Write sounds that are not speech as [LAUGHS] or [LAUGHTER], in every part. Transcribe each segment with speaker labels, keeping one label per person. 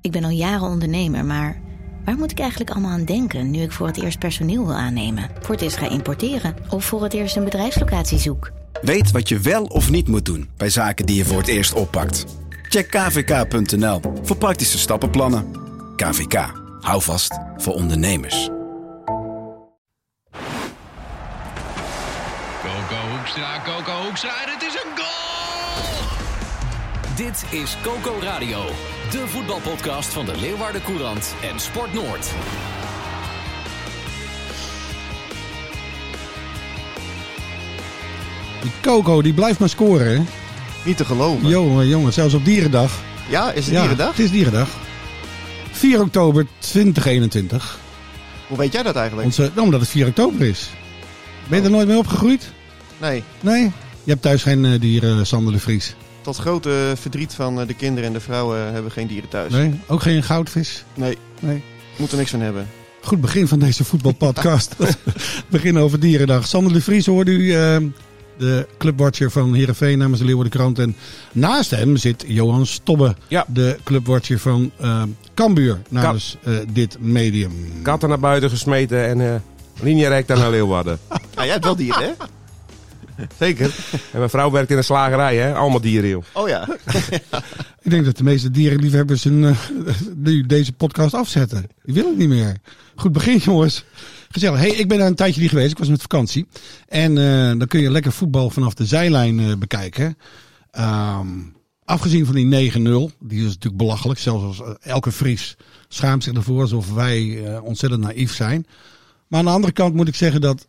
Speaker 1: Ik ben al jaren ondernemer, maar waar moet ik eigenlijk allemaal aan denken nu ik voor het eerst personeel wil aannemen, voor het eerst ga importeren of voor het eerst een bedrijfslocatie zoek?
Speaker 2: Weet wat je wel of niet moet doen bij zaken die je voor het eerst oppakt. Check kvk.nl voor praktische stappenplannen. KVK, hou vast voor ondernemers.
Speaker 3: Coco Hoekstra, Coco Hoekstra, en het is een goal!
Speaker 4: Dit is Coco Radio, de voetbalpodcast van de Leeuwarden Courant en Sport Noord.
Speaker 5: Die Coco, die blijft maar scoren. hè?
Speaker 6: Niet te geloven.
Speaker 5: Jongen, jongen, zelfs op Dierendag.
Speaker 6: Ja, is het
Speaker 5: Ja,
Speaker 6: dierendag?
Speaker 5: Het is Dierendag. 4 oktober 2021.
Speaker 6: Hoe weet jij dat eigenlijk?
Speaker 5: Onze, nou, omdat het 4 oktober is. Ben
Speaker 6: Oh.
Speaker 5: je er nooit mee opgegroeid?
Speaker 6: Nee,
Speaker 5: Nee? Je hebt thuis geen eh, dieren, Sander de Vries.
Speaker 6: tot grote verdriet van eh, de kinderen en de vrouwen hebben we geen dieren thuis.
Speaker 5: Nee? Ook geen goudvis?
Speaker 6: Nee.
Speaker 5: Nee.
Speaker 6: Moet er niks van hebben.
Speaker 5: Goed begin van deze voetbalpodcast. [LAUGHS] begin over Dierendag. Sander de Vries hoorde u, eh, de clubwatcher van Heerenveen namens de Leeuwarden Krant. En naast hem zit Johan Stobbe,
Speaker 7: Ja.
Speaker 5: de clubwatcher van eh Cambuur namens eh, dit medium.
Speaker 7: Katten naar buiten gesmeten en eh linea recta naar [LAUGHS] Leeuwarden.
Speaker 6: Ah, jij hebt wel dieren,
Speaker 5: [LAUGHS]
Speaker 6: hè?
Speaker 7: Zeker. En mijn vrouw werkt in een slagerij, hè? Allemaal dieren, joh.
Speaker 6: Oh ja.
Speaker 5: Ik denk dat de meeste dierenliefhebbers hun, eh, [LAUGHS] nu deze podcast afzetten. Die willen het niet meer. Goed begin, jongens. Gezellig. Hey, ik ben daar een tijdje niet geweest. Ik was met vakantie. En eh, dan kun je lekker voetbal vanaf de zijlijn eh, bekijken. Ehm, afgezien van die 9-0. Die is natuurlijk belachelijk. Zelfs als eh, elke Fries schaamt zich ervoor alsof wij eh, ontzettend naïef zijn. Maar aan de andere kant moet ik zeggen dat,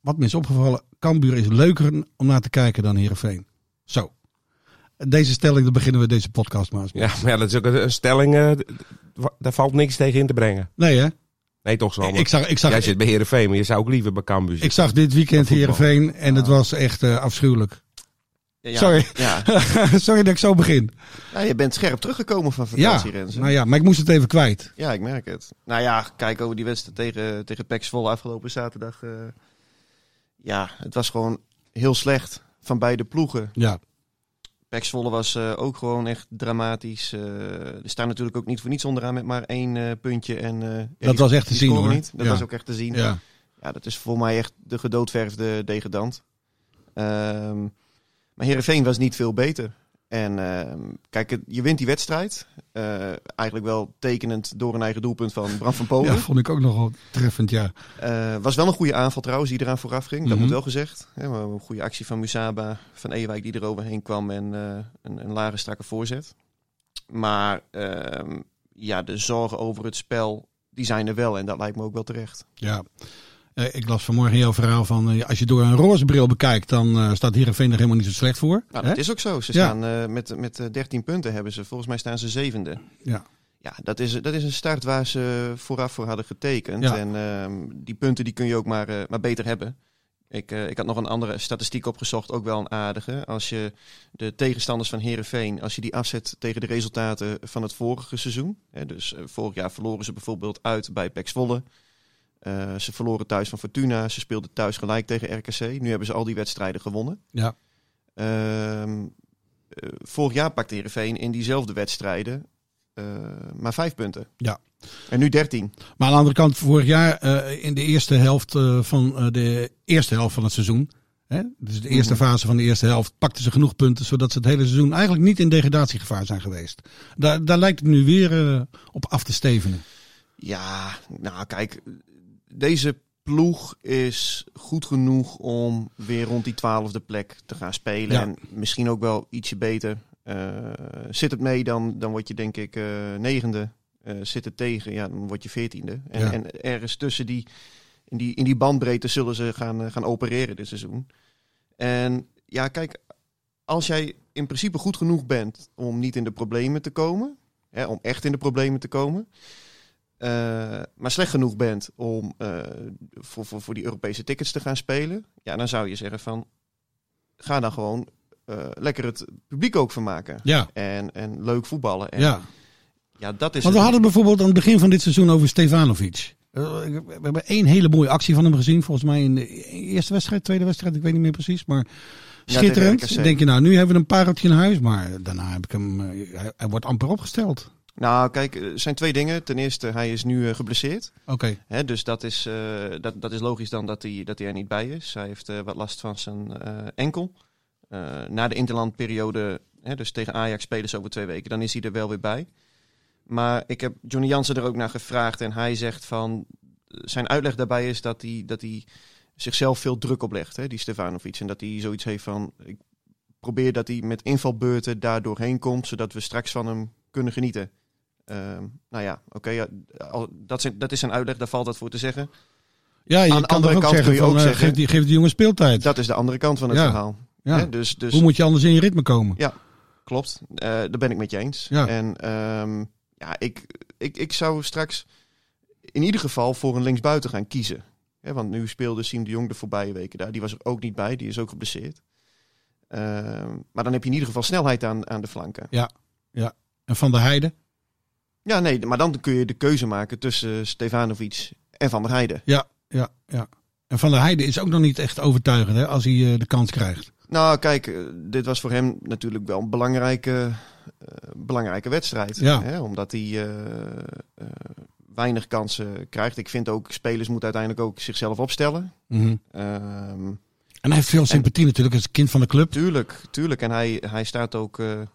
Speaker 5: wat me is opgevallen, Cambuur is leuker om naar te kijken dan Heerenveen. Zo. Deze stelling, dan beginnen we deze podcast maar eens. mee.
Speaker 7: Ja, maar ja, dat is ook een, een stelling. eh, d- d- daar valt niks tegen in te brengen.
Speaker 5: Nee hè?
Speaker 7: Nee, toch, Sander?
Speaker 5: Ik zag, ik zag,
Speaker 7: Jij zit bij Heerenveen, maar je zou ook liever bij Cambuur
Speaker 5: ik
Speaker 7: zitten.
Speaker 5: zag dit weekend
Speaker 7: Van voetbal.
Speaker 5: Heerenveen en het was echt eh, afschuwelijk. [LAUGHS]
Speaker 6: Ja, ja.
Speaker 5: Sorry.
Speaker 6: Ja.
Speaker 5: Sorry dat ik zo begin.
Speaker 6: Ja, je bent scherp teruggekomen van
Speaker 5: Ja,
Speaker 6: vakantie, Renze.
Speaker 5: nou ja, maar ik moest het even kwijt.
Speaker 6: Ja, ik merk het. Nou ja, kijk over die wedstrijd tegen, tegen Pek Zwolle afgelopen zaterdag. eh, ja, het was gewoon heel slecht van beide ploegen.
Speaker 5: Ja,
Speaker 6: Pek Zwolle was eh, ook gewoon echt dramatisch. Eh er staan natuurlijk ook niet voor niets onderaan met maar één eh, puntje. En, eh, ja, die-
Speaker 5: was echt te
Speaker 6: die
Speaker 5: zien,
Speaker 6: scoren
Speaker 5: hoor.
Speaker 6: Niet. Dat
Speaker 5: Ja.
Speaker 6: was ook echt te zien.
Speaker 5: ja.
Speaker 6: Ja, dat is voor mij echt de gedoodverfde degradant. Ehm, maar Herenveen was niet veel beter. En ehm, kijk, het- je wint die wedstrijd. Eh, eigenlijk wel tekenend door een eigen doelpunt van Bram van Polen.
Speaker 5: ja, vond ik ook nogal treffend, ja.
Speaker 6: Eh, was wel een goede aanval trouwens, die eraan vooraf ging. Dat
Speaker 5: Mhm.
Speaker 6: moet wel gezegd. Ja, maar een goede actie van Musaba, van Ewijk die er overheen kwam en eh, een, een lage strakke voorzet. Maar ehm, ja, de zorgen over het spel, die zijn er wel en dat lijkt me ook wel terecht.
Speaker 5: Ja. Eh, ik las vanmorgen jouw verhaal van eh, als je door een roze bril bekijkt, dan eh, staat Heerenveen er helemaal niet zo slecht voor.
Speaker 6: Nou,
Speaker 5: Hè?
Speaker 6: dat is ook zo. Ze
Speaker 5: Ja.
Speaker 6: staan eh, met, met eh, 13 punten hebben ze. Volgens mij staan ze zevende.
Speaker 5: Ja.
Speaker 6: Ja, dat is, dat is een start waar ze vooraf voor hadden getekend.
Speaker 5: Ja.
Speaker 6: En ehm, die punten die kun je ook maar, eh, maar beter hebben. Ik, eh, ik had nog een andere statistiek opgezocht, ook wel een aardige. Als je de tegenstanders van Herenveen, als je die afzet tegen de resultaten van het vorige seizoen. Hè, dus eh, vorig jaar verloren ze bijvoorbeeld uit bij Pek Zwolle. Eh, ze verloren thuis van Fortuna. Ze speelden thuis gelijk tegen RKC. Nu hebben ze al die wedstrijden gewonnen.
Speaker 5: Ja.
Speaker 6: Ehm, eh, vorig jaar pakte Heerenveen in diezelfde wedstrijden eh, maar vijf punten.
Speaker 5: Ja.
Speaker 6: En nu dertien.
Speaker 5: Maar aan de andere kant, vorig jaar eh, in de eerste helft eh, van eh, de eerste helft van het seizoen. Hè? Dus de eerste fase van de eerste helft pakten ze genoeg punten, zodat ze het hele seizoen eigenlijk niet in degradatiegevaar zijn geweest. Daar, daar lijkt het nu weer eh, op af te stevenen.
Speaker 6: Ja, nou kijk, deze ploeg is goed genoeg om weer rond die twaalfde plek te gaan spelen.
Speaker 5: Ja.
Speaker 6: En misschien ook wel ietsje beter. Eh, zit het mee, dan, dan word je denk ik eh, negende. Eh, zit het tegen, ja, dan word je veertiende. En,
Speaker 5: Ja.
Speaker 6: en ergens tussen die, in die, in die bandbreedte zullen ze gaan, eh, gaan opereren dit seizoen. En ja, kijk, als jij in principe goed genoeg bent om niet in de problemen te komen, hè, om echt in de problemen te komen, eh, maar slecht genoeg bent om eh, voor, voor, voor die Europese tickets te gaan spelen, ja, dan zou je zeggen van, ga dan gewoon eh, lekker het publiek ook vermaken.
Speaker 5: Ja,
Speaker 6: En, en leuk voetballen. En,
Speaker 5: ja.
Speaker 6: ja, dat is
Speaker 5: Want we
Speaker 6: het.
Speaker 5: hadden het bijvoorbeeld aan het begin van dit seizoen over Stefanovic. Eh, ik- We hebben één hele mooie actie van hem gezien. Volgens mij in de eerste wedstrijd, tweede wedstrijd, ik weet niet meer precies. Maar
Speaker 6: tegen
Speaker 5: schitterend.
Speaker 6: RKC.
Speaker 5: Dan denk je, nou, nu hebben we een pareltje in huis. Maar daarna heb ik hem. eh, hij, hij wordt amper opgesteld.
Speaker 6: Nou, kijk, er zijn twee dingen. Ten eerste, hij is nu eh, geblesseerd.
Speaker 5: Oké,
Speaker 6: Hè, dus dat is, eh, dat, dat is logisch dan dat hij, dat hij er niet bij is. Hij heeft eh, wat last van zijn eh, enkel. Eh, na de interlandperiode, hè, dus tegen Ajax spelen ze over twee weken, dan is hij er wel weer bij. Maar ik heb Johnny Jansen er ook naar gevraagd en hij zegt van... Zijn uitleg daarbij is dat hij, dat hij zichzelf veel druk oplegt, hè, die Stefanovic. En dat hij zoiets heeft van... Ik probeer dat hij met invalbeurten daar doorheen komt, zodat we straks van hem kunnen genieten. Ehm, nou ja, oké, ja, al- dat, zijn- dat is zijn uitleg, daar valt dat voor te zeggen.
Speaker 5: Ja, je
Speaker 6: Aan de
Speaker 5: kan toch
Speaker 6: andere
Speaker 5: ook
Speaker 6: kant
Speaker 5: zeggen,
Speaker 6: kun je
Speaker 5: van,
Speaker 6: ook
Speaker 5: eh,
Speaker 6: zeggen-
Speaker 5: geef, die, geef die jongen speeltijd.
Speaker 6: Dat is de andere kant van het
Speaker 5: Ja.
Speaker 6: verhaal.
Speaker 5: ja.
Speaker 6: Hè, Dus, dus
Speaker 5: Hoe moet je anders in je ritme komen?
Speaker 6: klopt, Eh daar ben ik met je eens.
Speaker 5: Ja.
Speaker 6: En ehm, ja, ik, ik, ik zou straks in ieder geval voor een linksbuiten gaan kiezen. Hè, want nu speelde Siem de Jong de voorbije weken daar. Die was er ook niet bij, die is ook geblesseerd. Ehm, maar dan heb je in ieder geval snelheid aan, aan de flanken.
Speaker 5: En Van der Heijden?
Speaker 6: Ja, nee, maar dan kun je de keuze maken tussen Stefanovic en Van der Heijden.
Speaker 5: Ja, ja, ja. En Van der Heijden is ook nog niet echt overtuigend hè, als hij eh, de kans krijgt.
Speaker 6: Nou, kijk, eh, dit was voor hem natuurlijk wel een belangrijke, eh, belangrijke wedstrijd.
Speaker 5: Ja.
Speaker 6: Hè? Omdat hij eh, eh, weinig kansen krijgt. Ik vind ook, spelers moeten uiteindelijk ook zichzelf opstellen. Ehm,
Speaker 5: En hij heeft veel sympathie natuurlijk als kind van de club.
Speaker 6: tuurlijk, tuurlijk. En hij, hij staat ook eh, eh,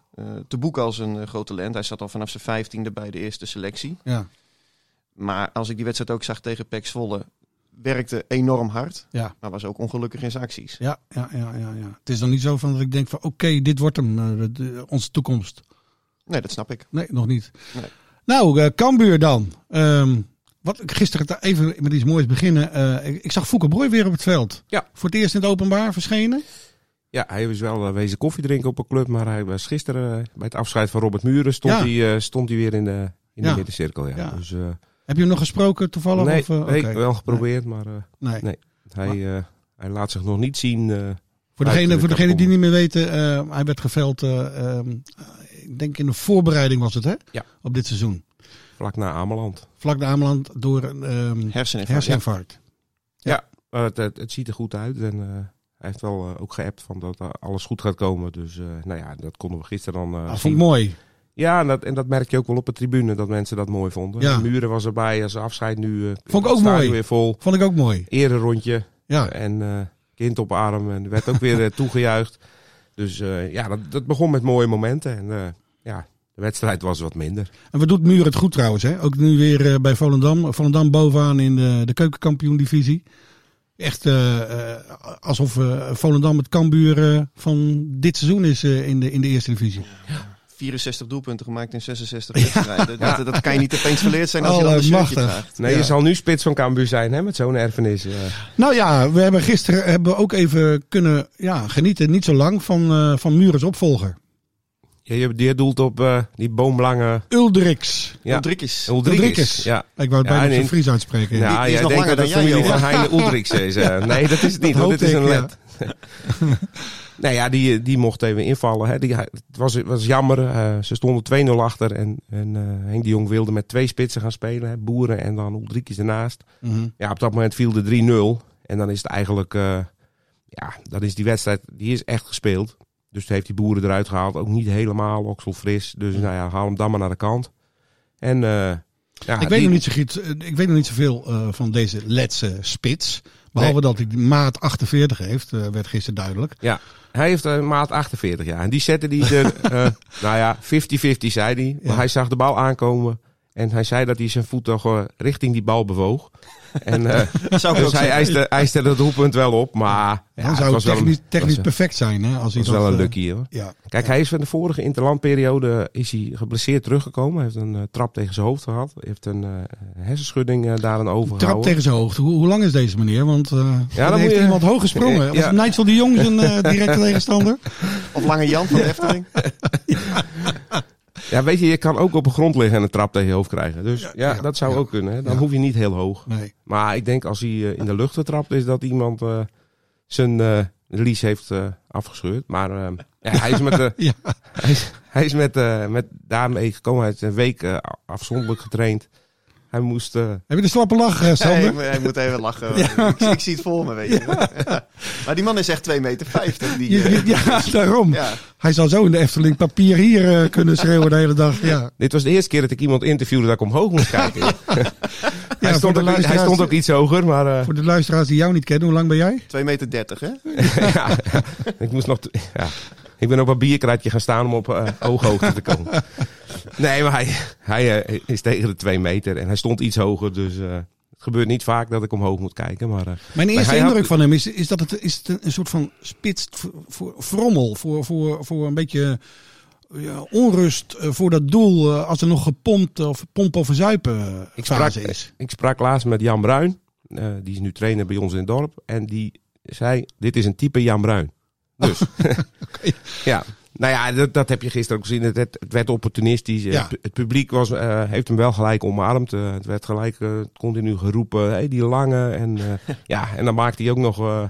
Speaker 6: te boeken als een eh, groot talent. Hij zat al vanaf zijn vijftiende bij de eerste selectie.
Speaker 5: Ja,
Speaker 6: Maar als ik die wedstrijd ook zag tegen Pek Zwolle, werkte enorm hard.
Speaker 5: Ja.
Speaker 6: Maar was ook ongelukkig in zijn acties.
Speaker 5: ja, ja, ja, ja, ja. Het is dan niet zo van dat ik denk van oké, dit wordt hem, eh, de- onze toekomst.
Speaker 6: Nee, dat snap ik.
Speaker 5: Nee, nog niet.
Speaker 6: Nee.
Speaker 5: Nou, eh Kambuur dan. Ehm, wat, gisteren ta- even met iets moois beginnen. Eh, ik, ik zag Fouke Brooi weer op het veld.
Speaker 7: Ja.
Speaker 5: Voor het eerst in het openbaar verschenen.
Speaker 7: Ja, hij is wel eh, wezen koffie drinken op een club, maar hij was gisteren eh, bij het afscheid van Robert Muren stond,
Speaker 5: Ja.
Speaker 7: hij, eh, stond hij weer in de, in
Speaker 5: Ja.
Speaker 7: de middencirkel. Ja.
Speaker 5: Ja.
Speaker 7: Dus, eh,
Speaker 5: Heb je hem nog gesproken toevallig?
Speaker 7: nee,
Speaker 5: of, eh,
Speaker 7: nee,
Speaker 5: oké.
Speaker 7: wel geprobeerd, maar eh,
Speaker 5: Nee. Nee.
Speaker 7: Nee. hij, eh, hij laat zich nog niet zien. eh,
Speaker 5: Voor
Speaker 7: Uit
Speaker 5: degene,
Speaker 7: de
Speaker 5: voor degene die
Speaker 7: catacombe.
Speaker 5: niet meer weten, eh, hij werd geveld, eh, ehm, ik denk in de voorbereiding was het hè?
Speaker 7: Ja.
Speaker 5: Op dit seizoen.
Speaker 7: vlak na Ameland.
Speaker 5: Vlak na Ameland door een ehm
Speaker 6: Herseninfarct.
Speaker 5: herseninfarct.
Speaker 7: Maar het, het, het ziet er goed uit. En eh, hij heeft wel eh, ook geappt van dat eh, alles goed gaat komen. Dus eh, nou ja, dat konden we gisteren dan eh,
Speaker 5: Dat Ah, vond
Speaker 7: zien.
Speaker 5: ik mooi.
Speaker 7: Ja, en dat, en dat merk je ook wel op de tribune dat mensen dat mooi vonden.
Speaker 5: Ja.
Speaker 7: De muren was erbij als afscheid nu. eh,
Speaker 5: ik ook
Speaker 7: het stadion
Speaker 5: mooi.
Speaker 7: weer vol.
Speaker 5: Vond ik ook mooi.
Speaker 7: Ererondje
Speaker 5: Ja.
Speaker 7: en eh, kind op arm. En er werd ook
Speaker 5: [LAUGHS]
Speaker 7: weer eh, toegejuicht. Dus eh, ja, dat, dat begon met mooie momenten. En eh, ja, de wedstrijd was wat minder.
Speaker 5: En wat doet Muur het goed trouwens hè? Ook nu weer eh, bij Volendam. Volendam bovenaan in de, de keukenkampioen divisie. Echt eh, eh, alsof eh, Volendam het Kambuur eh, van dit seizoen is eh, in, de, in de eerste divisie.
Speaker 6: 64 doelpunten gemaakt in 66 wedstrijden. Dat, dat kan je niet opeens verleerd zijn als je
Speaker 5: Oh,
Speaker 6: dan een shirtje
Speaker 5: machtig.
Speaker 6: draagt.
Speaker 7: Nee,
Speaker 5: Ja.
Speaker 7: je zal nu spits van Cambuur zijn hè, met zo'n erfenis. eh.
Speaker 5: Nou ja, we hebben gisteren hebben we ook even kunnen ja, genieten, niet zo lang, van, eh van Murens opvolger.
Speaker 7: Ja, je, je doelt op eh, die boomlange
Speaker 5: Uldrix.
Speaker 7: Ja.
Speaker 6: Ulrikis.
Speaker 5: Ulrikes.
Speaker 7: Ulrikes. Ja.
Speaker 5: Ik wou het
Speaker 7: Ja,
Speaker 5: bijna
Speaker 7: en
Speaker 5: in
Speaker 7: in-
Speaker 5: Fries uitspreken.
Speaker 7: Ja,
Speaker 6: die is
Speaker 7: jij
Speaker 6: nog
Speaker 7: denkt
Speaker 6: langer
Speaker 7: dat het
Speaker 6: dan jij,
Speaker 7: familie van
Speaker 6: Johan.
Speaker 7: Heine Ulrichs
Speaker 5: [LAUGHS]
Speaker 7: is. eh. Nee, dat is het niet.
Speaker 5: Dat
Speaker 7: want dit is
Speaker 5: hoop
Speaker 7: een
Speaker 5: ik, ja.
Speaker 7: led. [LAUGHS] nou ja, die, die mocht even invallen. Hè. Die, het was, het was jammer. eh, ze stonden 2-0 achter. En, en eh, Henk de Jong wilde met twee spitsen gaan spelen. Hè. Boeren en dan Ulrikes ernaast.
Speaker 5: Mhm.
Speaker 7: Ja, op dat moment viel de 3-0. En dan is het eigenlijk... eh, ja, dan is die wedstrijd... Die is echt gespeeld. Dus heeft die boeren eruit gehaald. Ook niet helemaal. Oksel fris. Dus
Speaker 5: Mhm.
Speaker 7: nou ja, haal hem dan maar naar de kant. En... eh, ja,
Speaker 5: ik, weet
Speaker 7: die-
Speaker 5: nog niet zo goed, eh, ik weet nog niet zoveel eh, van deze letse spits. Behalve dat hij die maat 48 heeft, eh, werd gisteren duidelijk.
Speaker 7: Hij heeft een maat 48 jaar. En die zette die
Speaker 5: [LAUGHS]
Speaker 7: er, eh, nou ja, 50-50 zei hij. Maar
Speaker 5: Ja.
Speaker 7: hij zag de bal aankomen. En hij zei dat hij zijn voet toch eh, richting die bal bewoog.
Speaker 5: [LAUGHS]
Speaker 7: En eh,
Speaker 6: Zou ik ook
Speaker 7: dus hij
Speaker 6: zeggen.
Speaker 7: eiste, eiste dat doelpunt wel op. Maar ja,
Speaker 5: Dan
Speaker 7: het
Speaker 5: zou
Speaker 7: was
Speaker 5: het
Speaker 7: wel een-
Speaker 5: technisch, technisch
Speaker 7: was, een-
Speaker 5: perfect zijn. Hè, als hij
Speaker 7: was wel
Speaker 5: dat,
Speaker 7: een
Speaker 5: eh,
Speaker 7: lucky hoor.
Speaker 5: Ja.
Speaker 7: Kijk, hij is van de vorige interlandperiode is hij geblesseerd teruggekomen. Hij heeft een eh, trap tegen zijn hoofd gehad. Hij heeft een eh, hersenschudding eh, daaraan overgehouden.
Speaker 5: Trap tegen zijn hoogte. Hoe, hoe lang is deze meneer? Want eh dan
Speaker 7: moet
Speaker 5: heeft
Speaker 7: je-
Speaker 5: iemand hoog gesprongen. Was
Speaker 7: Ja.
Speaker 5: Nigel de Jong zijn eh, directe
Speaker 7: [LAUGHS]
Speaker 5: tegenstander?
Speaker 6: Of Lange Jan van de Efteling.
Speaker 7: Ja, weet je, je kan ook op de grond liggen en een trap tegen je hoofd krijgen. Dus ja,
Speaker 5: ja,
Speaker 7: dat zou
Speaker 5: ja.
Speaker 7: ook kunnen. Hè. Dan
Speaker 5: Ja.
Speaker 7: hoef je niet heel hoog.
Speaker 5: Nee.
Speaker 7: Maar ik denk als hij eh, in de lucht getrapt is dat iemand eh, zijn eh release heeft eh, afgescheurd. Maar eh, ja, hij is, met, eh,
Speaker 5: Ja.
Speaker 7: hij is, hij is met, eh, met daarmee gekomen. Hij is een week eh, afzonderlijk getraind. Hij moest... eh,
Speaker 5: Heb je de slappe lach, eh,
Speaker 6: Hey,
Speaker 5: Sander?
Speaker 6: ik, moet- ik moet even lachen. Ik, ik zie het voor me, weet je. [LAUGHS] maar die man is echt 2,50 meter. die,
Speaker 5: Je-
Speaker 6: eh,
Speaker 5: je- [LAUGHS]
Speaker 7: [LAUGHS]
Speaker 5: ja, daarom.
Speaker 6: ja.
Speaker 5: Hij zou zo in de Efteling papier hier eh, kunnen schreeuwen de hele dag. Ja.
Speaker 7: dit was de eerste keer dat ik iemand interviewde dat ik omhoog moest kijken. hij,
Speaker 5: voor
Speaker 7: stond
Speaker 5: de
Speaker 7: ook, i- hij
Speaker 5: luisteraars-
Speaker 7: stond ook iets hoger, maar... eh,
Speaker 5: Voor de luisteraars die jou niet kennen, hoe lang ben jij?
Speaker 6: 2,30 meter, hè?
Speaker 7: [LAUGHS] ja, ik moest nog. t- Ja. Ik ben op een bierkratje gaan staan om op eh, ooghoogte te komen. Nee, maar hij, hij eh, is tegen de twee meter en hij stond iets hoger. Dus eh, het gebeurt niet vaak dat ik omhoog moet kijken. Maar, eh,
Speaker 5: Mijn
Speaker 7: maar
Speaker 5: eerste
Speaker 7: hij had-
Speaker 5: indruk van hem is, is dat het, is het een, een soort van spits v- voor, frommel, voor, voor, voor een beetje eh, ja, onrust eh, voor dat doel eh, als er nog gepompt of pompen of zuipen eh,
Speaker 7: Ik sprak,
Speaker 5: fase is.
Speaker 7: ik sprak laatst met Jan Bruin. eh, die is nu trainer bij ons in het dorp. En die zei, dit is een type Jan Bruin.
Speaker 5: [LAUGHS]
Speaker 7: Dus, [LAUGHS] ja. Nou ja, dat, dat heb je gisteren ook gezien. Het, werd- het werd opportunistisch.
Speaker 5: Ja.
Speaker 7: Het, pu- het publiek was, eh, heeft hem wel gelijk omarmd. Eh, het werd gelijk eh, continu geroepen. hey, die lange. En, eh,
Speaker 5: [LAUGHS]
Speaker 7: ja, en dan maakte hij ook nog, eh,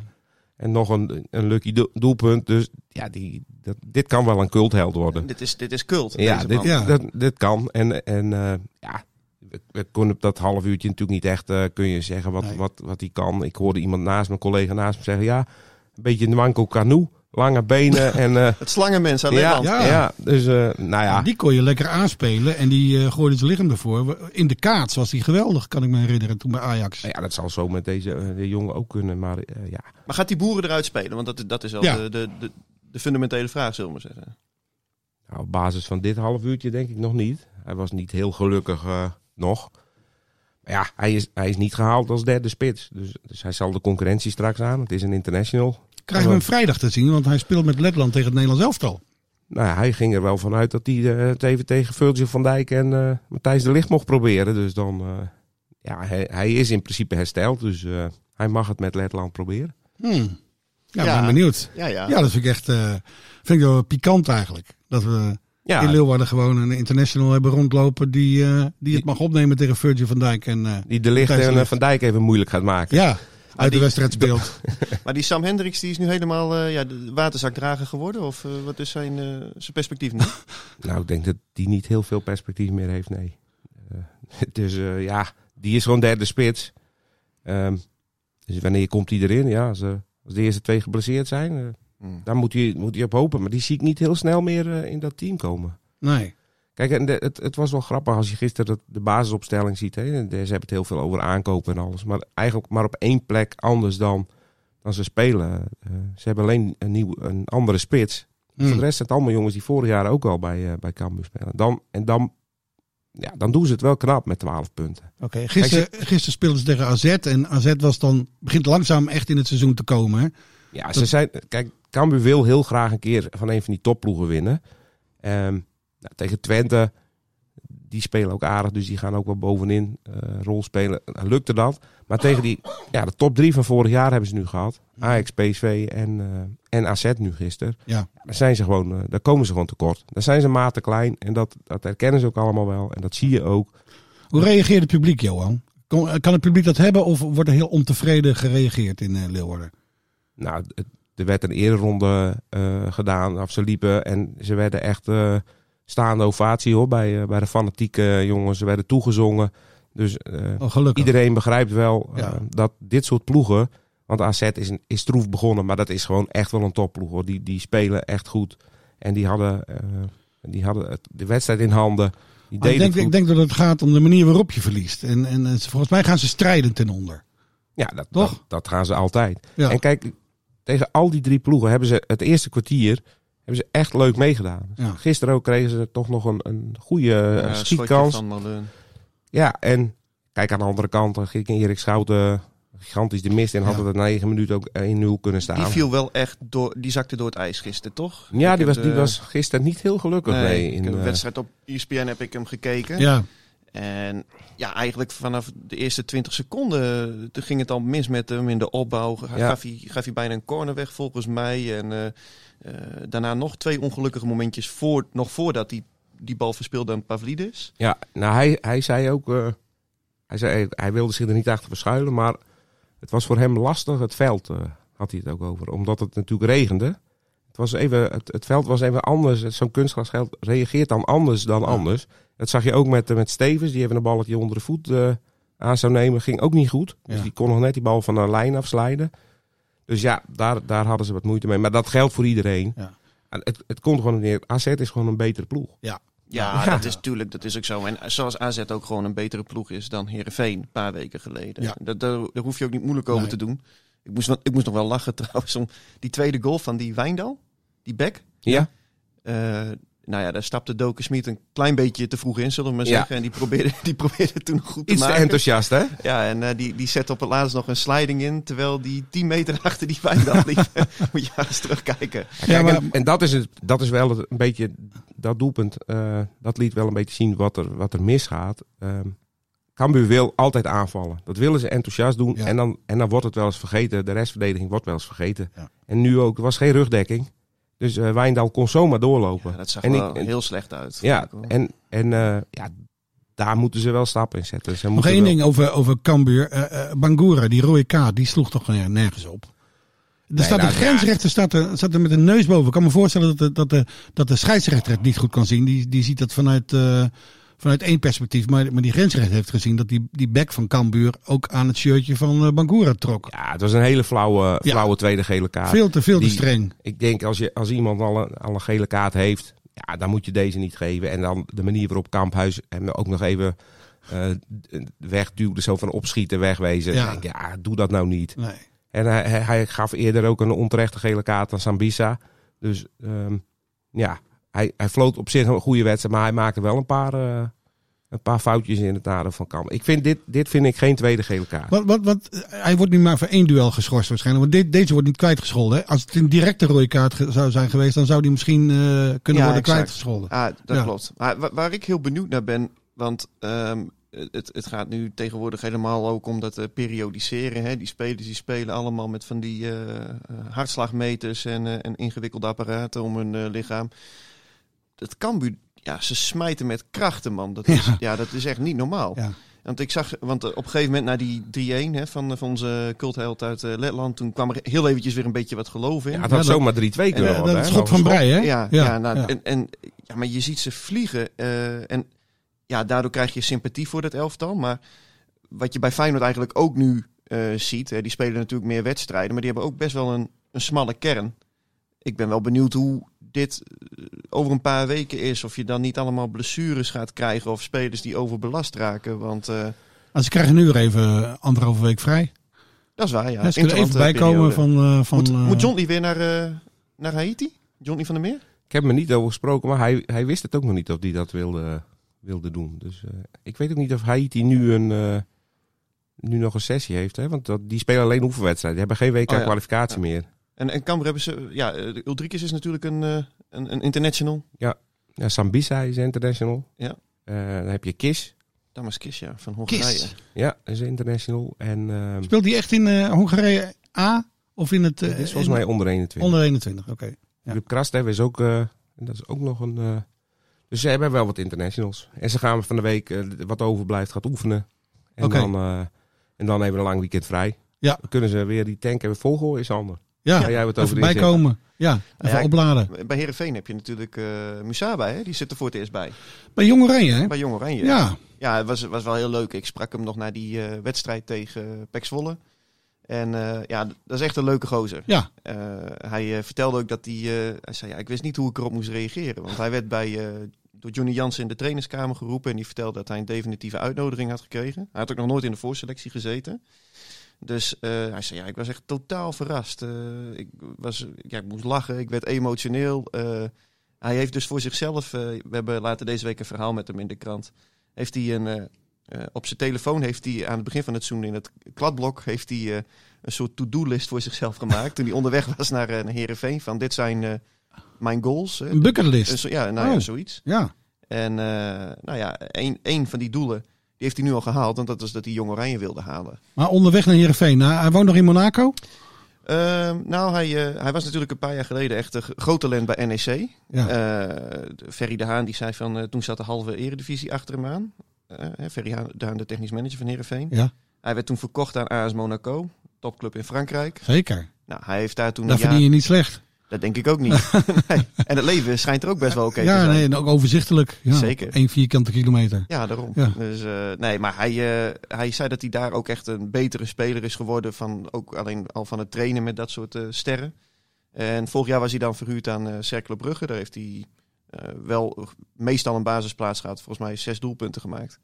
Speaker 7: en nog een, een lucky do- doelpunt. Dus ja, die, dat, dit kan wel een cultheld worden.
Speaker 6: Dit is, dit is cult.
Speaker 7: Ja,
Speaker 6: deze
Speaker 7: dit,
Speaker 6: man.
Speaker 5: ja.
Speaker 7: Dat, dit kan. En, en eh, ja, we, we konden op dat half uurtje natuurlijk niet echt eh, kun je zeggen wat,
Speaker 5: Nee.
Speaker 7: wat, wat hij kan. Ik hoorde iemand naast mijn collega naast me zeggen, ja, een beetje een wankel kanoe, lange
Speaker 5: [LAUGHS]
Speaker 7: benen. en, eh,
Speaker 6: Het slangenmens uit
Speaker 7: ja,
Speaker 6: Nederland.
Speaker 7: ja. dus eh, nou ja.
Speaker 5: Die kon je lekker aanspelen en die eh, gooide zijn lichaam ervoor. In de kaats was hij geweldig, kan ik me herinneren, toen bij Ajax.
Speaker 7: Nou ja, dat zal zo met deze eh, de jongen ook kunnen. Maar eh, ja,
Speaker 6: Maar gaat die boeren eruit spelen? Want dat, dat is wel
Speaker 5: Ja.
Speaker 6: de, de, de, de fundamentele vraag, zullen we maar zeggen.
Speaker 7: nou, op basis van dit half uurtje denk ik nog niet. Hij was niet heel gelukkig eh, nog. Maar ja, hij is, hij is niet gehaald als derde spits. Dus, dus hij zal de concurrentie straks aan. Het is een international. Ehm,
Speaker 5: Krijgen we hem vrijdag te zien, want hij speelt met Letland tegen het Nederlands elftal.
Speaker 7: Nou ja, hij ging er wel vanuit dat hij eh, het even tegen Virgil van Dijk en eh, Matthijs de Ligt mocht proberen. Dus dan, eh, ja, hij, hij is in principe hersteld. Dus eh, hij mag het met Letland proberen.
Speaker 5: Hmm. Ja,
Speaker 6: Ja.
Speaker 5: ben benieuwd.
Speaker 6: Ja, ja.
Speaker 5: Ja, dat vind ik echt eh, vind ik wel pikant eigenlijk. Dat we
Speaker 7: Ja,
Speaker 5: in Leeuwarden gewoon een international hebben rondlopen die, eh, die het mag opnemen tegen Virgil van Dijk. En, eh,
Speaker 7: die de Ligt en
Speaker 5: Matthijs de
Speaker 7: eh,
Speaker 5: Ligt.
Speaker 7: Van Ah, Dijk even moeilijk gaat maken.
Speaker 5: ja, uit de
Speaker 6: die-
Speaker 5: wedstrijd speelt.
Speaker 6: Maar die Sam Hendricks die is nu helemaal eh, ja, de waterzakdrager geworden? Of eh, wat is zijn, eh, zijn perspectief nu?
Speaker 7: Nou, ik denk dat die niet heel veel perspectief meer heeft, nee. Eh, [LAUGHS] dus eh, ja, die is gewoon derde spits. Ehm, dus wanneer komt hij erin? Ja, als, eh, als de eerste twee geblesseerd zijn, eh,
Speaker 6: Hmm.
Speaker 7: dan moet hij, moet hij op hopen. Maar die zie ik niet heel snel meer eh, in dat team komen.
Speaker 5: Nee.
Speaker 7: Kijk, en de- het, het was wel grappig als je gisteren dat- de basisopstelling ziet. Hè? En Ze hebben het heel veel over aankopen en alles. Maar eigenlijk maar op één plek anders dan, dan ze spelen. Eh, ze hebben alleen een, nieuw, een andere spits.
Speaker 5: Hmm.
Speaker 7: Voor de rest zijn het allemaal jongens die vorig jaar ook al bij, eh bij Cambuur spelen. Dan, en dan, ja, dan doen ze het wel knap met 12 punten.
Speaker 5: Oké, gisteren, gisteren speelden ze tegen AZ en AZ was dan, begint langzaam echt in het seizoen te komen. Hè?
Speaker 7: Ja, ze zijn, kijk, Cambuur wil heel graag een keer van een van die topploegen winnen. Ehm, nou, tegen Twente, die spelen ook aardig, dus die gaan ook wel bovenin eh, rol spelen. Nou, lukte dat. Maar tegen die, ja, de top drie van vorig jaar hebben ze nu gehad. Ajax, PSV en, eh, en AZ nu gisteren.
Speaker 5: Ja.
Speaker 7: Daar, zijn ze gewoon, eh, daar komen ze gewoon tekort. Daar zijn ze maten klein en dat, dat herkennen ze ook allemaal wel. En dat zie je ook.
Speaker 5: Hoe reageert het publiek, Johan? Kon- eh, Kan het publiek dat hebben of wordt er heel ontevreden gereageerd in eh, Leeuwarden?
Speaker 7: Nou, het- er werd een ereronde eh gedaan. Of ze liepen en ze werden echt eh, staande ovatie hoor, bij, eh, bij de fanatieke jongens. Ze werden toegezongen. Dus eh,
Speaker 5: Oh, gelukkig.
Speaker 7: iedereen begrijpt wel eh,
Speaker 5: Ja.
Speaker 7: dat dit soort ploegen... Want AZ is, een, is troef begonnen, maar dat is gewoon echt wel een topploeg. Hoor. Die, die spelen echt goed. En die hadden, eh, die hadden het- de wedstrijd in handen. Die
Speaker 5: Maar Ah, ik,
Speaker 7: deden
Speaker 5: denk,
Speaker 7: het
Speaker 5: ik
Speaker 7: goed.
Speaker 5: denk dat het gaat om de manier waarop je verliest. En, en eh, ze- volgens mij gaan ze strijden ten onder.
Speaker 7: Ja, dat,
Speaker 5: Toch?
Speaker 7: dat, dat gaan ze altijd.
Speaker 5: Ja.
Speaker 7: En kijk, tegen al die drie ploegen hebben ze het eerste kwartier hebben ze echt leuk meegedaan.
Speaker 5: Ja.
Speaker 7: Gisteren ook kregen ze toch nog een, een goede eh,
Speaker 6: Ja, schotje
Speaker 7: schietkans.
Speaker 6: van Malone.
Speaker 7: Ja, en kijk aan de andere kant, eh, ging Erik Schouten gigantisch de mist in. Hadden
Speaker 5: Ja.
Speaker 7: we na negen minuten ook 1-0 kunnen staan.
Speaker 6: Die viel wel echt door, die zakte door het ijs gisteren, toch?
Speaker 7: Nou. ja,
Speaker 6: Ik
Speaker 7: die
Speaker 6: heb,
Speaker 7: was, die
Speaker 6: eh,
Speaker 7: was gisteren niet heel gelukkig
Speaker 6: nee,
Speaker 7: mee.
Speaker 6: ik
Speaker 7: In,
Speaker 6: heb een
Speaker 7: eh,
Speaker 6: wedstrijd op E ESPN heb ik hem gekeken.
Speaker 5: Ja,
Speaker 6: En ja, eigenlijk vanaf de eerste 20 seconden eh, toen ging het al mis met hem in de opbouw. Ga-
Speaker 7: Ja.
Speaker 6: Gaf, hij, gaf hij bijna een corner weg volgens mij. En eh, eh, daarna nog twee ongelukkige momentjes voor, nog voordat hij die bal verspeelde aan Pavlidis.
Speaker 7: Ja, nou hij, hij zei ook, eh, hij, zei, hij wilde zich er niet achter verschuilen, maar het was voor hem lastig, het veld eh, had hij het ook over. Omdat het natuurlijk regende. Het, was even, het, het veld was even anders, Het- zo'n kunstgrasveld reageert dan anders dan anders. Dat zag je ook met, eh, met Stevens. Die even een balletje onder de voet eh, aan zou nemen. Ging ook niet goed. Dus
Speaker 5: Ja.
Speaker 7: die kon nog net die bal van de lijn afslijden. Dus ja, daar, daar hadden ze wat moeite mee. Maar dat geldt voor iedereen.
Speaker 5: Ja.
Speaker 7: En Het, het komt er gewoon op neer. AZ is gewoon een betere ploeg.
Speaker 6: Ja, dat is natuurlijk, dat is ook zo. En zoals AZ ook gewoon een betere ploeg is dan Herenveen een paar weken geleden.
Speaker 5: Ja.
Speaker 6: Dat, daar, daar hoef je ook niet moeilijk over
Speaker 5: Nee.
Speaker 6: te doen. Ik moest, wel- ik moest nog wel lachen [LAUGHS] trouwens om die tweede goal van die Wijndal, die back.
Speaker 7: Ja.
Speaker 6: Eh, nou ja, daar stapte Doken Smit een klein beetje te vroeg in, zullen we maar
Speaker 7: Ja.
Speaker 6: zeggen. En die probeerde, [LAUGHS] die probeerde toen nog goed te
Speaker 7: Iets te
Speaker 6: maken.
Speaker 7: enthousiast, hè?
Speaker 6: Ja, en eh, die, die zette op het laatst nog een sliding in, terwijl die 10 meter [LAUGHS] achter die Wijndal liep. [LAUGHS] Moet je eens terugkijken.
Speaker 5: Ja,
Speaker 7: Kijk,
Speaker 5: maar,
Speaker 7: en, en dat is, het, dat is wel het- een beetje dat doelpunt. eh, dat liet wel een beetje zien wat er, wat er misgaat. Ehm Cambuur wil altijd aanvallen. Dat willen ze enthousiast doen.
Speaker 5: Ja.
Speaker 7: En, dan, en dan wordt het wel eens vergeten. De restverdediging wordt wel eens vergeten.
Speaker 5: Ja.
Speaker 7: En nu ook. Er was geen rugdekking. Dus eh Wijndal kon zomaar doorlopen.
Speaker 6: Ja, dat zag
Speaker 7: En
Speaker 6: wel
Speaker 7: ik- en-
Speaker 6: heel slecht uit.
Speaker 7: Ja,
Speaker 6: vond ik, hoor.
Speaker 7: en, en eh, ja, daar moeten ze wel stappen in zetten. Ze
Speaker 5: nog
Speaker 7: moeten
Speaker 5: één
Speaker 7: wel-
Speaker 5: ding over, over Cambuur. eh eh, Bangura, die rode kaart, die sloeg toch eh, nergens op. Er staat
Speaker 7: nou,
Speaker 5: een grensrechter staat er, staat er met een neus boven. Ik kan me voorstellen dat de, dat de, dat de scheidsrechter het niet goed kan zien. Die, die ziet dat vanuit, eh, vanuit één perspectief. Maar, maar die grensrechter heeft gezien dat die, die bek van Cambuur ook aan het shirtje van eh, Bangura trok.
Speaker 7: Ja, het was een hele flauwe,
Speaker 5: Ja.
Speaker 7: flauwe tweede gele kaart.
Speaker 5: veel te veel
Speaker 7: die-
Speaker 5: te streng.
Speaker 7: Ik denk als, je, als iemand al een, al een gele kaart heeft, ja, dan moet je deze niet geven. En dan de manier waarop Kamphuis hem ook nog even eh, wegduwde, zo van opschieten, wegwezen.
Speaker 5: Ja.
Speaker 7: Ja. Denk, ik, ja, doe dat nou niet.
Speaker 5: Nee.
Speaker 7: En hij, hij- hij gaf eerder ook een onterechte gele kaart aan Sambisa. Dus ehm, ja, hij, hij floot op zich een goede wedstrijd, maar hij maakte wel een paar, eh, een paar foutjes in het nadeel van Kamp. Ik vind dit, dit vind ik geen tweede gele kaart.
Speaker 5: Wat, wat, wat, eh, hij wordt nu maar voor één duel geschorst waarschijnlijk. Want de- deze wordt niet kwijtgescholden. Hè? Als het een directe rode kaart ge- zou zijn geweest, dan zou die misschien eh, kunnen
Speaker 6: Ja,
Speaker 5: worden
Speaker 6: exact.
Speaker 5: kwijtgescholden.
Speaker 6: Ah, dat
Speaker 5: Ja.
Speaker 6: klopt. Maar wa- waar ik heel benieuwd naar ben, want ehm, het, het gaat nu tegenwoordig helemaal ook om dat eh, periodiseren. Hè? Die spelers die spelen allemaal met van die eh, eh, hartslagmeters en, eh, en ingewikkelde apparaten om hun eh, lichaam. Dat Cambuur, ja, ze smijten met krachten, man. Dat is, ja.
Speaker 5: Ja.
Speaker 6: dat is echt niet normaal.
Speaker 5: Ja.
Speaker 6: Want ik zag, want eh, op een gegeven moment na die 3-1 hè, van, eh, van onze cultheld uit eh, Letland, toen kwam er heel eventjes weer een beetje wat geloof in.
Speaker 7: Ja, het
Speaker 5: Ja,
Speaker 7: had
Speaker 5: dat-
Speaker 7: zomaar 3-2 kunnen
Speaker 6: Ja,
Speaker 7: worden.
Speaker 5: eh, dat
Speaker 7: hè.
Speaker 5: is schot van Breij, hè?
Speaker 6: Ja, ja,
Speaker 5: Ja,
Speaker 6: nou,
Speaker 5: ja.
Speaker 6: En, en, ja, maar je ziet ze vliegen. eh, en ja, daardoor krijg je sympathie voor dat elftal. Maar wat je bij Feyenoord eigenlijk ook nu eh, ziet... Hè, die spelen natuurlijk meer wedstrijden... maar die hebben ook best wel een, een smalle kern. Ik ben wel benieuwd hoe dit eh, over een paar weken is. Of je dan niet allemaal blessures gaat krijgen... of spelers die overbelast raken. Want eh,
Speaker 5: Als Ah, ze krijgen nu weer even eh, anderhalve week vrij.
Speaker 6: dat is waar, ja.
Speaker 5: Ja, ze kunnen even
Speaker 6: Interlandperiode.
Speaker 5: bijkomen van... eh, van
Speaker 6: Moet,
Speaker 5: eh,
Speaker 6: moet Johnny weer naar, eh, naar Haiti? Johnny van der Meer?
Speaker 7: Ik heb me niet over gesproken, maar hij, hij wist het ook nog niet of hij dat wilde, wilde doen. Dus eh, ik weet ook niet of Haiti nu, een, eh, nu nog een sessie heeft. Hè? Want dat, die spelen alleen oefenwedstrijden. Die hebben geen
Speaker 6: Oh ja.
Speaker 7: WK-kwalificatie meer.
Speaker 6: En, en Cambuur hebben ze... Ja, eh, Ulrikes is natuurlijk een, eh, een, een international.
Speaker 7: Ja, Sambisa is international.
Speaker 6: Ja.
Speaker 7: Eh, dan heb je Kis.
Speaker 6: Damas Kis, ja, van Hongarije.
Speaker 5: Kis.
Speaker 7: Ja, is international. En ehm
Speaker 5: Speelt die echt in eh, Hongarije A of in het... eh,
Speaker 7: dit is
Speaker 5: in-
Speaker 7: volgens mij onder 21.
Speaker 5: onder 21, oké. ja.
Speaker 7: Filip Krastev is ook... eh, dat is ook nog een... eh, dus ze hebben wel wat internationals. En ze gaan van de week eh, wat overblijft gaat oefenen. En,
Speaker 5: Oké.
Speaker 7: dan, eh, en dan hebben we een lang weekend vrij.
Speaker 5: Ja.
Speaker 7: Dan kunnen ze weer die tank hebben volgooien is anders.
Speaker 5: Ja,
Speaker 7: Ja, jij hebt het
Speaker 5: even
Speaker 7: over die inzet.
Speaker 5: bijkomen. Ja, even
Speaker 6: ja, ik-
Speaker 5: opladen.
Speaker 6: Bij Herenveen heb je natuurlijk eh Musaba, hè? die zit er voor het eerst bij.
Speaker 5: Bij Jong Oranje, hè?
Speaker 6: Bij Jong Oranje.
Speaker 5: Ja,
Speaker 6: ja het was, was wel heel leuk. Ik sprak hem nog na die eh, wedstrijd tegen Pek Zwolle. En eh, ja, d- dat is echt een leuke gozer.
Speaker 5: ja.
Speaker 6: Eh, hij eh, vertelde ook dat hij... eh, hij zei, ja, ik wist niet hoe ik erop moest reageren. Want hij werd bij, eh, door Johnny Jansen in de trainerskamer geroepen. En die vertelde dat hij een definitieve uitnodiging had gekregen. Hij had ook nog nooit in de voorselectie gezeten. Dus eh, hij zei, ja, ik was echt totaal verrast. Eh, ik, was, ja, ik moest lachen, ik werd emotioneel. Eh, hij heeft dus voor zichzelf... eh, we hebben later deze week een verhaal met hem in de krant. Heeft hij een... eh, eh, op zijn telefoon heeft hij aan het begin van het seizoen in het kladblok heeft hij eh, een soort to-do-list voor zichzelf gemaakt. toen hij onderweg was naar, eh, naar Heerenveen. Van dit zijn eh, mijn goals. hè.
Speaker 5: een
Speaker 6: Eh,
Speaker 5: bucketlist.
Speaker 6: zo- ja, nou ja,
Speaker 5: Oh.
Speaker 6: zoiets.
Speaker 5: Ja,
Speaker 6: En eh, nou ja, één één van die doelen die heeft hij nu al gehaald. Want dat was dat hij Jong Oranje wilde halen.
Speaker 5: maar onderweg naar Heerenveen. Nou, hij woont nog in Monaco.
Speaker 6: Ehm, nou, hij, eh, hij was natuurlijk een paar jaar geleden echt een g- groot talent bij NEC.
Speaker 5: Ja.
Speaker 6: Eh, de- Ferry de Haan die zei van, eh, toen zat de halve eredivisie achter hem aan. Eh, hè, Ferry Haan- de Haan, de technisch manager van Heerenveen.
Speaker 5: ja,
Speaker 6: Hij werd toen verkocht aan AS Monaco, topclub in Frankrijk.
Speaker 5: zeker.
Speaker 6: Nou, hij heeft daar toen
Speaker 5: Dat
Speaker 6: een jaar...
Speaker 5: verdien je niet slecht.
Speaker 6: Dat denk ik ook niet. [LAUGHS] nee. En het leven schijnt er ook best wel oké te
Speaker 5: ja,
Speaker 6: zijn.
Speaker 5: nee, en ook overzichtelijk. Ja,
Speaker 6: Zeker.
Speaker 5: Eén vierkante kilometer.
Speaker 6: Ja, daarom.
Speaker 5: Ja.
Speaker 6: Dus, eh, nee, maar hij, eh, hij zei dat hij daar ook echt een betere speler is geworden. Van, ook alleen al van het trainen met dat soort eh, sterren. En vorig jaar was hij dan verhuurd aan eh Cercle Brugge. Daar heeft hij eh, wel meestal een basisplaats gehad. Volgens mij zes doelpunten gemaakt.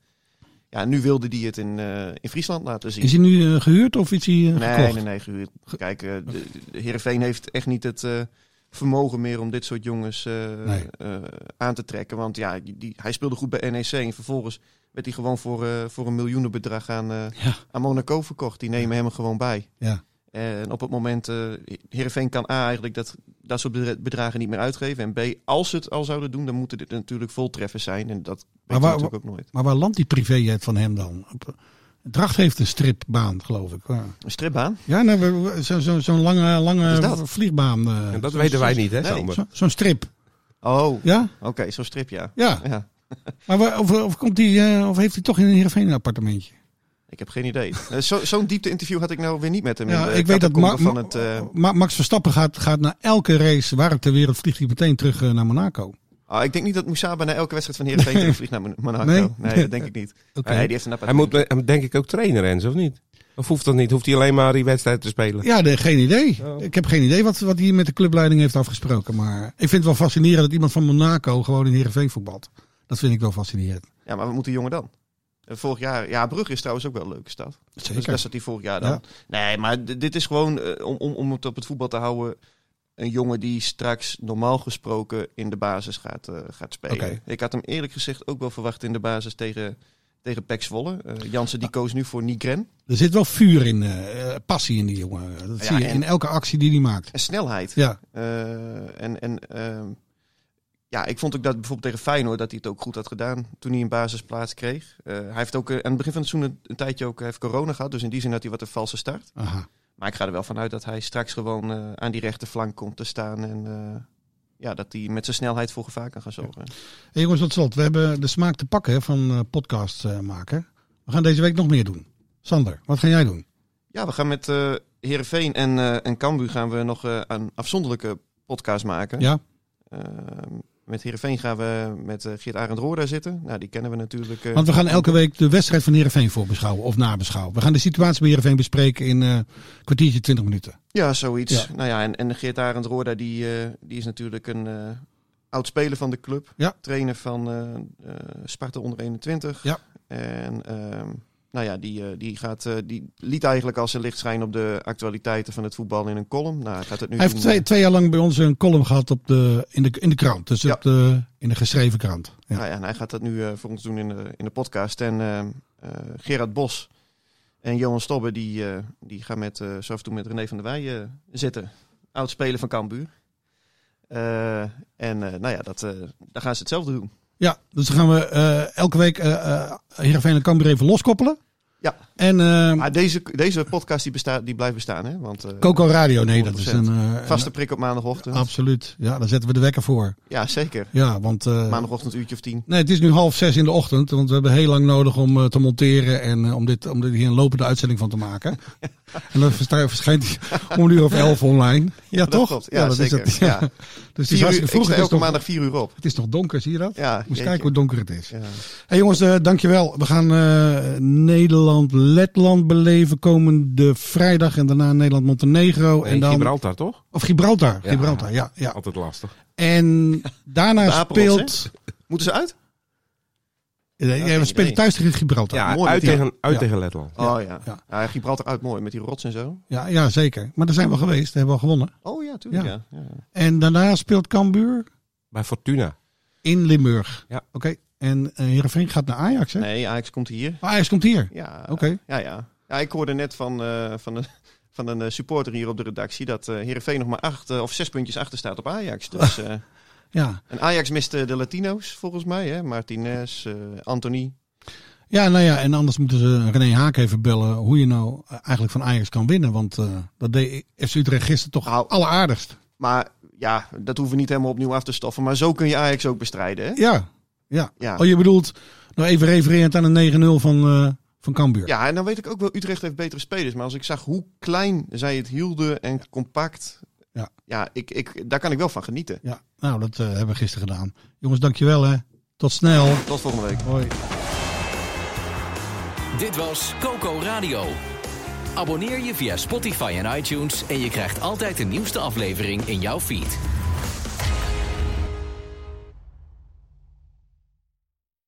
Speaker 6: Ja, en nu wilde hij het in, eh, in Friesland laten zien.
Speaker 5: Is hij nu eh, gehuurd of is hij eh,
Speaker 6: nee,
Speaker 5: gekocht?
Speaker 6: nee, nee, gehuurd. Kijk, eh de, de Heerenveen heeft echt niet het eh, vermogen meer om dit soort jongens eh,
Speaker 5: Nee.
Speaker 6: eh, aan te trekken. Want ja, die, die- hij speelde goed bij NEC en vervolgens werd hij gewoon voor, eh, voor een miljoenenbedrag aan, eh,
Speaker 5: Ja.
Speaker 6: aan Monaco verkocht. Die nemen hem er gewoon bij.
Speaker 5: Ja.
Speaker 6: En op het moment, eh Heerenveen kan A eigenlijk dat, dat soort bedra- bedragen niet meer uitgeven. En B, als ze het al zouden doen, dan moeten dit natuurlijk voltreffers zijn. En dat
Speaker 5: Maar
Speaker 6: weet je
Speaker 5: waar-
Speaker 6: natuurlijk ook nooit.
Speaker 5: Maar waar landt die privéjet van hem dan? Op- eh, Dracht heeft een stripbaan, geloof ik. Ja,
Speaker 6: Een stripbaan?
Speaker 5: Ja, nou, we- we- zo- zo- zo'n lange,
Speaker 6: Wat
Speaker 5: lange
Speaker 6: is dat?
Speaker 5: vliegbaan. eh,
Speaker 7: En dat
Speaker 5: zo'n-
Speaker 7: weten wij
Speaker 5: zo'n-
Speaker 7: niet, hè,
Speaker 6: Nee.
Speaker 7: Sander?
Speaker 5: zo- Zo'n strip,
Speaker 6: Oh,
Speaker 5: ja?
Speaker 6: oké, zo'n strip, ja.
Speaker 5: Ja.
Speaker 6: ja.
Speaker 5: Maar waar- of, of, komt die, eh, of heeft hij toch in Heerenveen een appartementje?
Speaker 6: Ik heb geen idee. [LAUGHS] Eh, zo- Zo'n diepte-interview had ik nou weer niet met hem.
Speaker 5: Ja,
Speaker 6: in de
Speaker 5: ik weet dat Ma-
Speaker 6: catacomben
Speaker 5: Ma-
Speaker 6: van het. eh,
Speaker 5: Ma- Max Verstappen gaat, gaat na elke race, waar ook ter wereld, vliegt hij meteen terug eh, naar Monaco.
Speaker 6: ah, ik denk niet dat Moussaba na elke wedstrijd van
Speaker 5: [LAUGHS]
Speaker 6: Heerenveen terugvliegt naar Mon- Monaco.
Speaker 5: Nee?
Speaker 6: Nee, dat denk ik
Speaker 5: [LAUGHS]
Speaker 6: niet.
Speaker 5: Oké.
Speaker 6: Nee, die heeft een
Speaker 7: Hij
Speaker 6: appartement.
Speaker 7: moet eh, denk ik ook trainer, Rens, of niet? Of hoeft dat niet? Hoeft hij alleen maar die wedstrijd te spelen?
Speaker 5: Ja, nee, geen idee. Ik heb geen idee wat, wat hij met de clubleiding heeft afgesproken. Maar ik vind het wel fascinerend dat iemand van Monaco gewoon in Heerenveen voetbalt. Dat vind ik wel fascinerend.
Speaker 6: Ja, maar wat moet die jongen dan? Eh, Vorig jaar, ja, Brugge is trouwens ook wel een leuke stad. Dus
Speaker 5: Zeker.
Speaker 6: dat zat hij vorig jaar dan. Nee, maar d- dit is gewoon, eh, om, om, om het op het voetbal te houden, een jongen die straks normaal gesproken in de basis gaat, eh, gaat spelen.
Speaker 5: Oké.
Speaker 6: Ik had hem eerlijk gezegd ook wel verwacht in de basis tegen, tegen Pek Zwolle. Eh, Jansen
Speaker 5: Ah.
Speaker 6: die koos nu voor Nigren.
Speaker 5: Er zit wel vuur in, eh, eh, passie in die jongen. Dat
Speaker 6: Ja,
Speaker 5: zie je
Speaker 6: en-
Speaker 5: in elke actie die hij maakt.
Speaker 6: En snelheid.
Speaker 5: Ja,
Speaker 6: Eh, en en ehm, ja, ik vond ook dat bijvoorbeeld tegen Feyenoord dat hij het ook goed had gedaan toen hij een basisplaats kreeg. Eh, hij heeft ook eh, aan het begin van het seizoen een, een tijdje ook eh, heeft corona gehad, dus in die zin had hij wat een valse start.
Speaker 5: aha.
Speaker 6: Maar ik ga er wel vanuit dat hij straks gewoon eh, aan die rechterflank komt te staan en eh, ja, dat hij met zijn snelheid voor gevaar kan gaan zorgen.
Speaker 5: Hey, jongens, tot slot. We hebben de smaak te pakken hè, van eh podcasts eh, maken. We gaan deze week nog meer doen. Sander, wat ga jij doen?
Speaker 6: Ja, we gaan met eh Heerenveen en, eh en Cambu gaan we nog eh, een afzonderlijke podcast maken.
Speaker 5: Ja,
Speaker 6: Ehm, met Heerenveen gaan we met eh, Geert Arend Roor daar zitten. Nou, die kennen we natuurlijk. eh,
Speaker 5: want we gaan elke week de wedstrijd van Heerenveen voorbeschouwen of nabeschouwen. We gaan de situatie bij Heerenveen bespreken in eh, een kwartiertje, twintig minuten.
Speaker 6: Ja, zoiets.
Speaker 5: Ja.
Speaker 6: Nou ja, en, en Geert Arend Roorda, die, eh, die is natuurlijk een eh oud speler van de club.
Speaker 5: Ja.
Speaker 6: Trainer van eh, eh, Sparta onder 21.
Speaker 5: Ja.
Speaker 6: En ehm, nou ja, die, eh, die, gaat, eh, die liet eigenlijk als een licht schijnen op de actualiteiten van het voetbal in een column. Nou, hij gaat het nu
Speaker 5: Hij heeft
Speaker 6: doen,
Speaker 5: twee,
Speaker 6: eh,
Speaker 5: twee jaar lang bij ons een column gehad op de, in, de, in de krant. Dus
Speaker 6: Ja.
Speaker 5: op de, in de geschreven krant. Ja.
Speaker 6: Nou ja, en hij gaat dat nu eh, voor ons doen in de, in de podcast. En ehm, eh, Gerard Bos en Johan Stobbe, die, eh, die gaan met, eh zo af en toe met René van der Wij eh, zitten. Oud speler van Cambuur. Eh, en eh, nou ja, dat, eh, daar gaan ze hetzelfde doen.
Speaker 5: Ja, dus dan gaan we eh, elke week eh eh, Heerenveen en Cambuur even loskoppelen.
Speaker 6: Ja.
Speaker 5: En eh,
Speaker 6: Maar deze, deze podcast die, bestaat, die blijft bestaan, hè? Want eh,
Speaker 5: Coco Radio, nee, dat is een... eh,
Speaker 6: vaste prik op maandagochtend.
Speaker 5: een- absoluut. Ja, daar zetten we de wekker voor.
Speaker 6: ja, zeker.
Speaker 5: Ja, want... eh,
Speaker 6: Maandagochtend uurtje of tien.
Speaker 5: Nee, het is nu half zes in de ochtend, want we hebben heel lang nodig om eh, te monteren en eh, om, dit, om dit hier een lopende uitzending van te
Speaker 6: [LAUGHS]
Speaker 5: maken. en dan versta- verschijnt hij om een uur of elf online. Ja,
Speaker 6: Dat
Speaker 5: toch?
Speaker 6: klopt. Ja, zeker.
Speaker 5: is het.
Speaker 6: Ja.
Speaker 5: Ja. [LAUGHS] Dus het
Speaker 6: Vier
Speaker 5: is
Speaker 6: uur-
Speaker 5: hartstikke
Speaker 6: ik
Speaker 5: vroeg.
Speaker 6: sta
Speaker 5: Het is,
Speaker 6: elke
Speaker 5: nog,
Speaker 6: maandag vier uur op.
Speaker 5: het is nog donker, zie je dat?
Speaker 6: Ja,
Speaker 5: Moet eens
Speaker 6: jeetje.
Speaker 5: kijken hoe donker het is.
Speaker 6: Ja.
Speaker 5: Hey jongens, eh, dankjewel. We gaan eh, Nederland-Letland beleven komende vrijdag. En daarna Nederland-Montenegro.
Speaker 7: en
Speaker 5: en dan,
Speaker 7: Gibraltar, toch?
Speaker 5: Of Gibraltar.
Speaker 7: Ja.
Speaker 5: Gibraltar, ja. ja.
Speaker 7: Altijd lastig.
Speaker 5: En daarna
Speaker 6: De Apeldoorn,
Speaker 5: speelt...
Speaker 6: Moeten ze uit?
Speaker 5: Nee,
Speaker 6: Ja,
Speaker 5: we
Speaker 6: geen
Speaker 5: spelen
Speaker 6: idee.
Speaker 5: thuis tegen Gibraltar.
Speaker 7: Ja,
Speaker 6: mooi
Speaker 7: uit,
Speaker 6: met die-
Speaker 7: tegen, uit
Speaker 5: Ja.
Speaker 7: tegen Letland.
Speaker 5: Ja.
Speaker 6: Oh ja.
Speaker 5: Ja.
Speaker 6: ja. Gibraltar uit mooi met die rots en zo.
Speaker 5: Ja, ja, zeker. Maar daar zijn we geweest. Daar hebben we al gewonnen.
Speaker 6: Oh ja, tuurlijk.
Speaker 5: Ja.
Speaker 6: Ja. Ja.
Speaker 5: En daarna speelt Cambuur
Speaker 7: Bij Fortuna.
Speaker 5: in Limburg.
Speaker 7: Ja.
Speaker 5: Oké. En eh, Heerenveen gaat naar Ajax, hè?
Speaker 6: Nee, Ajax komt hier.
Speaker 5: Maar Ajax komt hier.
Speaker 6: Ja,
Speaker 5: Oké.
Speaker 6: ja, ja. ja ik hoorde net van, eh, van, een, van een eh, supporter hier op de redactie dat eh Heerenveen nog maar acht eh, of zes puntjes achter staat op Ajax.
Speaker 5: [LAUGHS]
Speaker 6: Dus, eh,
Speaker 5: Ja.
Speaker 6: en Ajax mist eh, de Latino's volgens mij, hè? Martinez, eh, Anthony.
Speaker 5: Ja, nou ja. En anders moeten ze René Haak even bellen hoe je nou eh, eigenlijk van Ajax kan winnen. Want eh, dat deed FC Utrecht gisteren toch
Speaker 6: Nou.
Speaker 5: alleraardigst.
Speaker 6: Maar ja, dat hoeven we niet helemaal opnieuw af te stoffen. Maar zo kun je Ajax ook bestrijden, hè?
Speaker 5: Ja. Ja.
Speaker 6: Ja.
Speaker 5: Oh, je bedoelt nou even refererend aan een 9-0 van, eh van Cambuur.
Speaker 6: Ja, en dan weet ik ook wel, Utrecht heeft betere spelers. Maar als ik zag hoe klein zij het hielden en compact
Speaker 5: Ja.
Speaker 6: ja ik, ik, daar kan ik wel van genieten.
Speaker 5: Ja, nou, dat eh, hebben we gisteren gedaan. Jongens, dankjewel hè. Tot snel.
Speaker 6: Tot volgende week.
Speaker 5: Hoi.
Speaker 4: Dit was Coco Radio. Abonneer je via Spotify en iTunes en je krijgt altijd de nieuwste aflevering in jouw feed.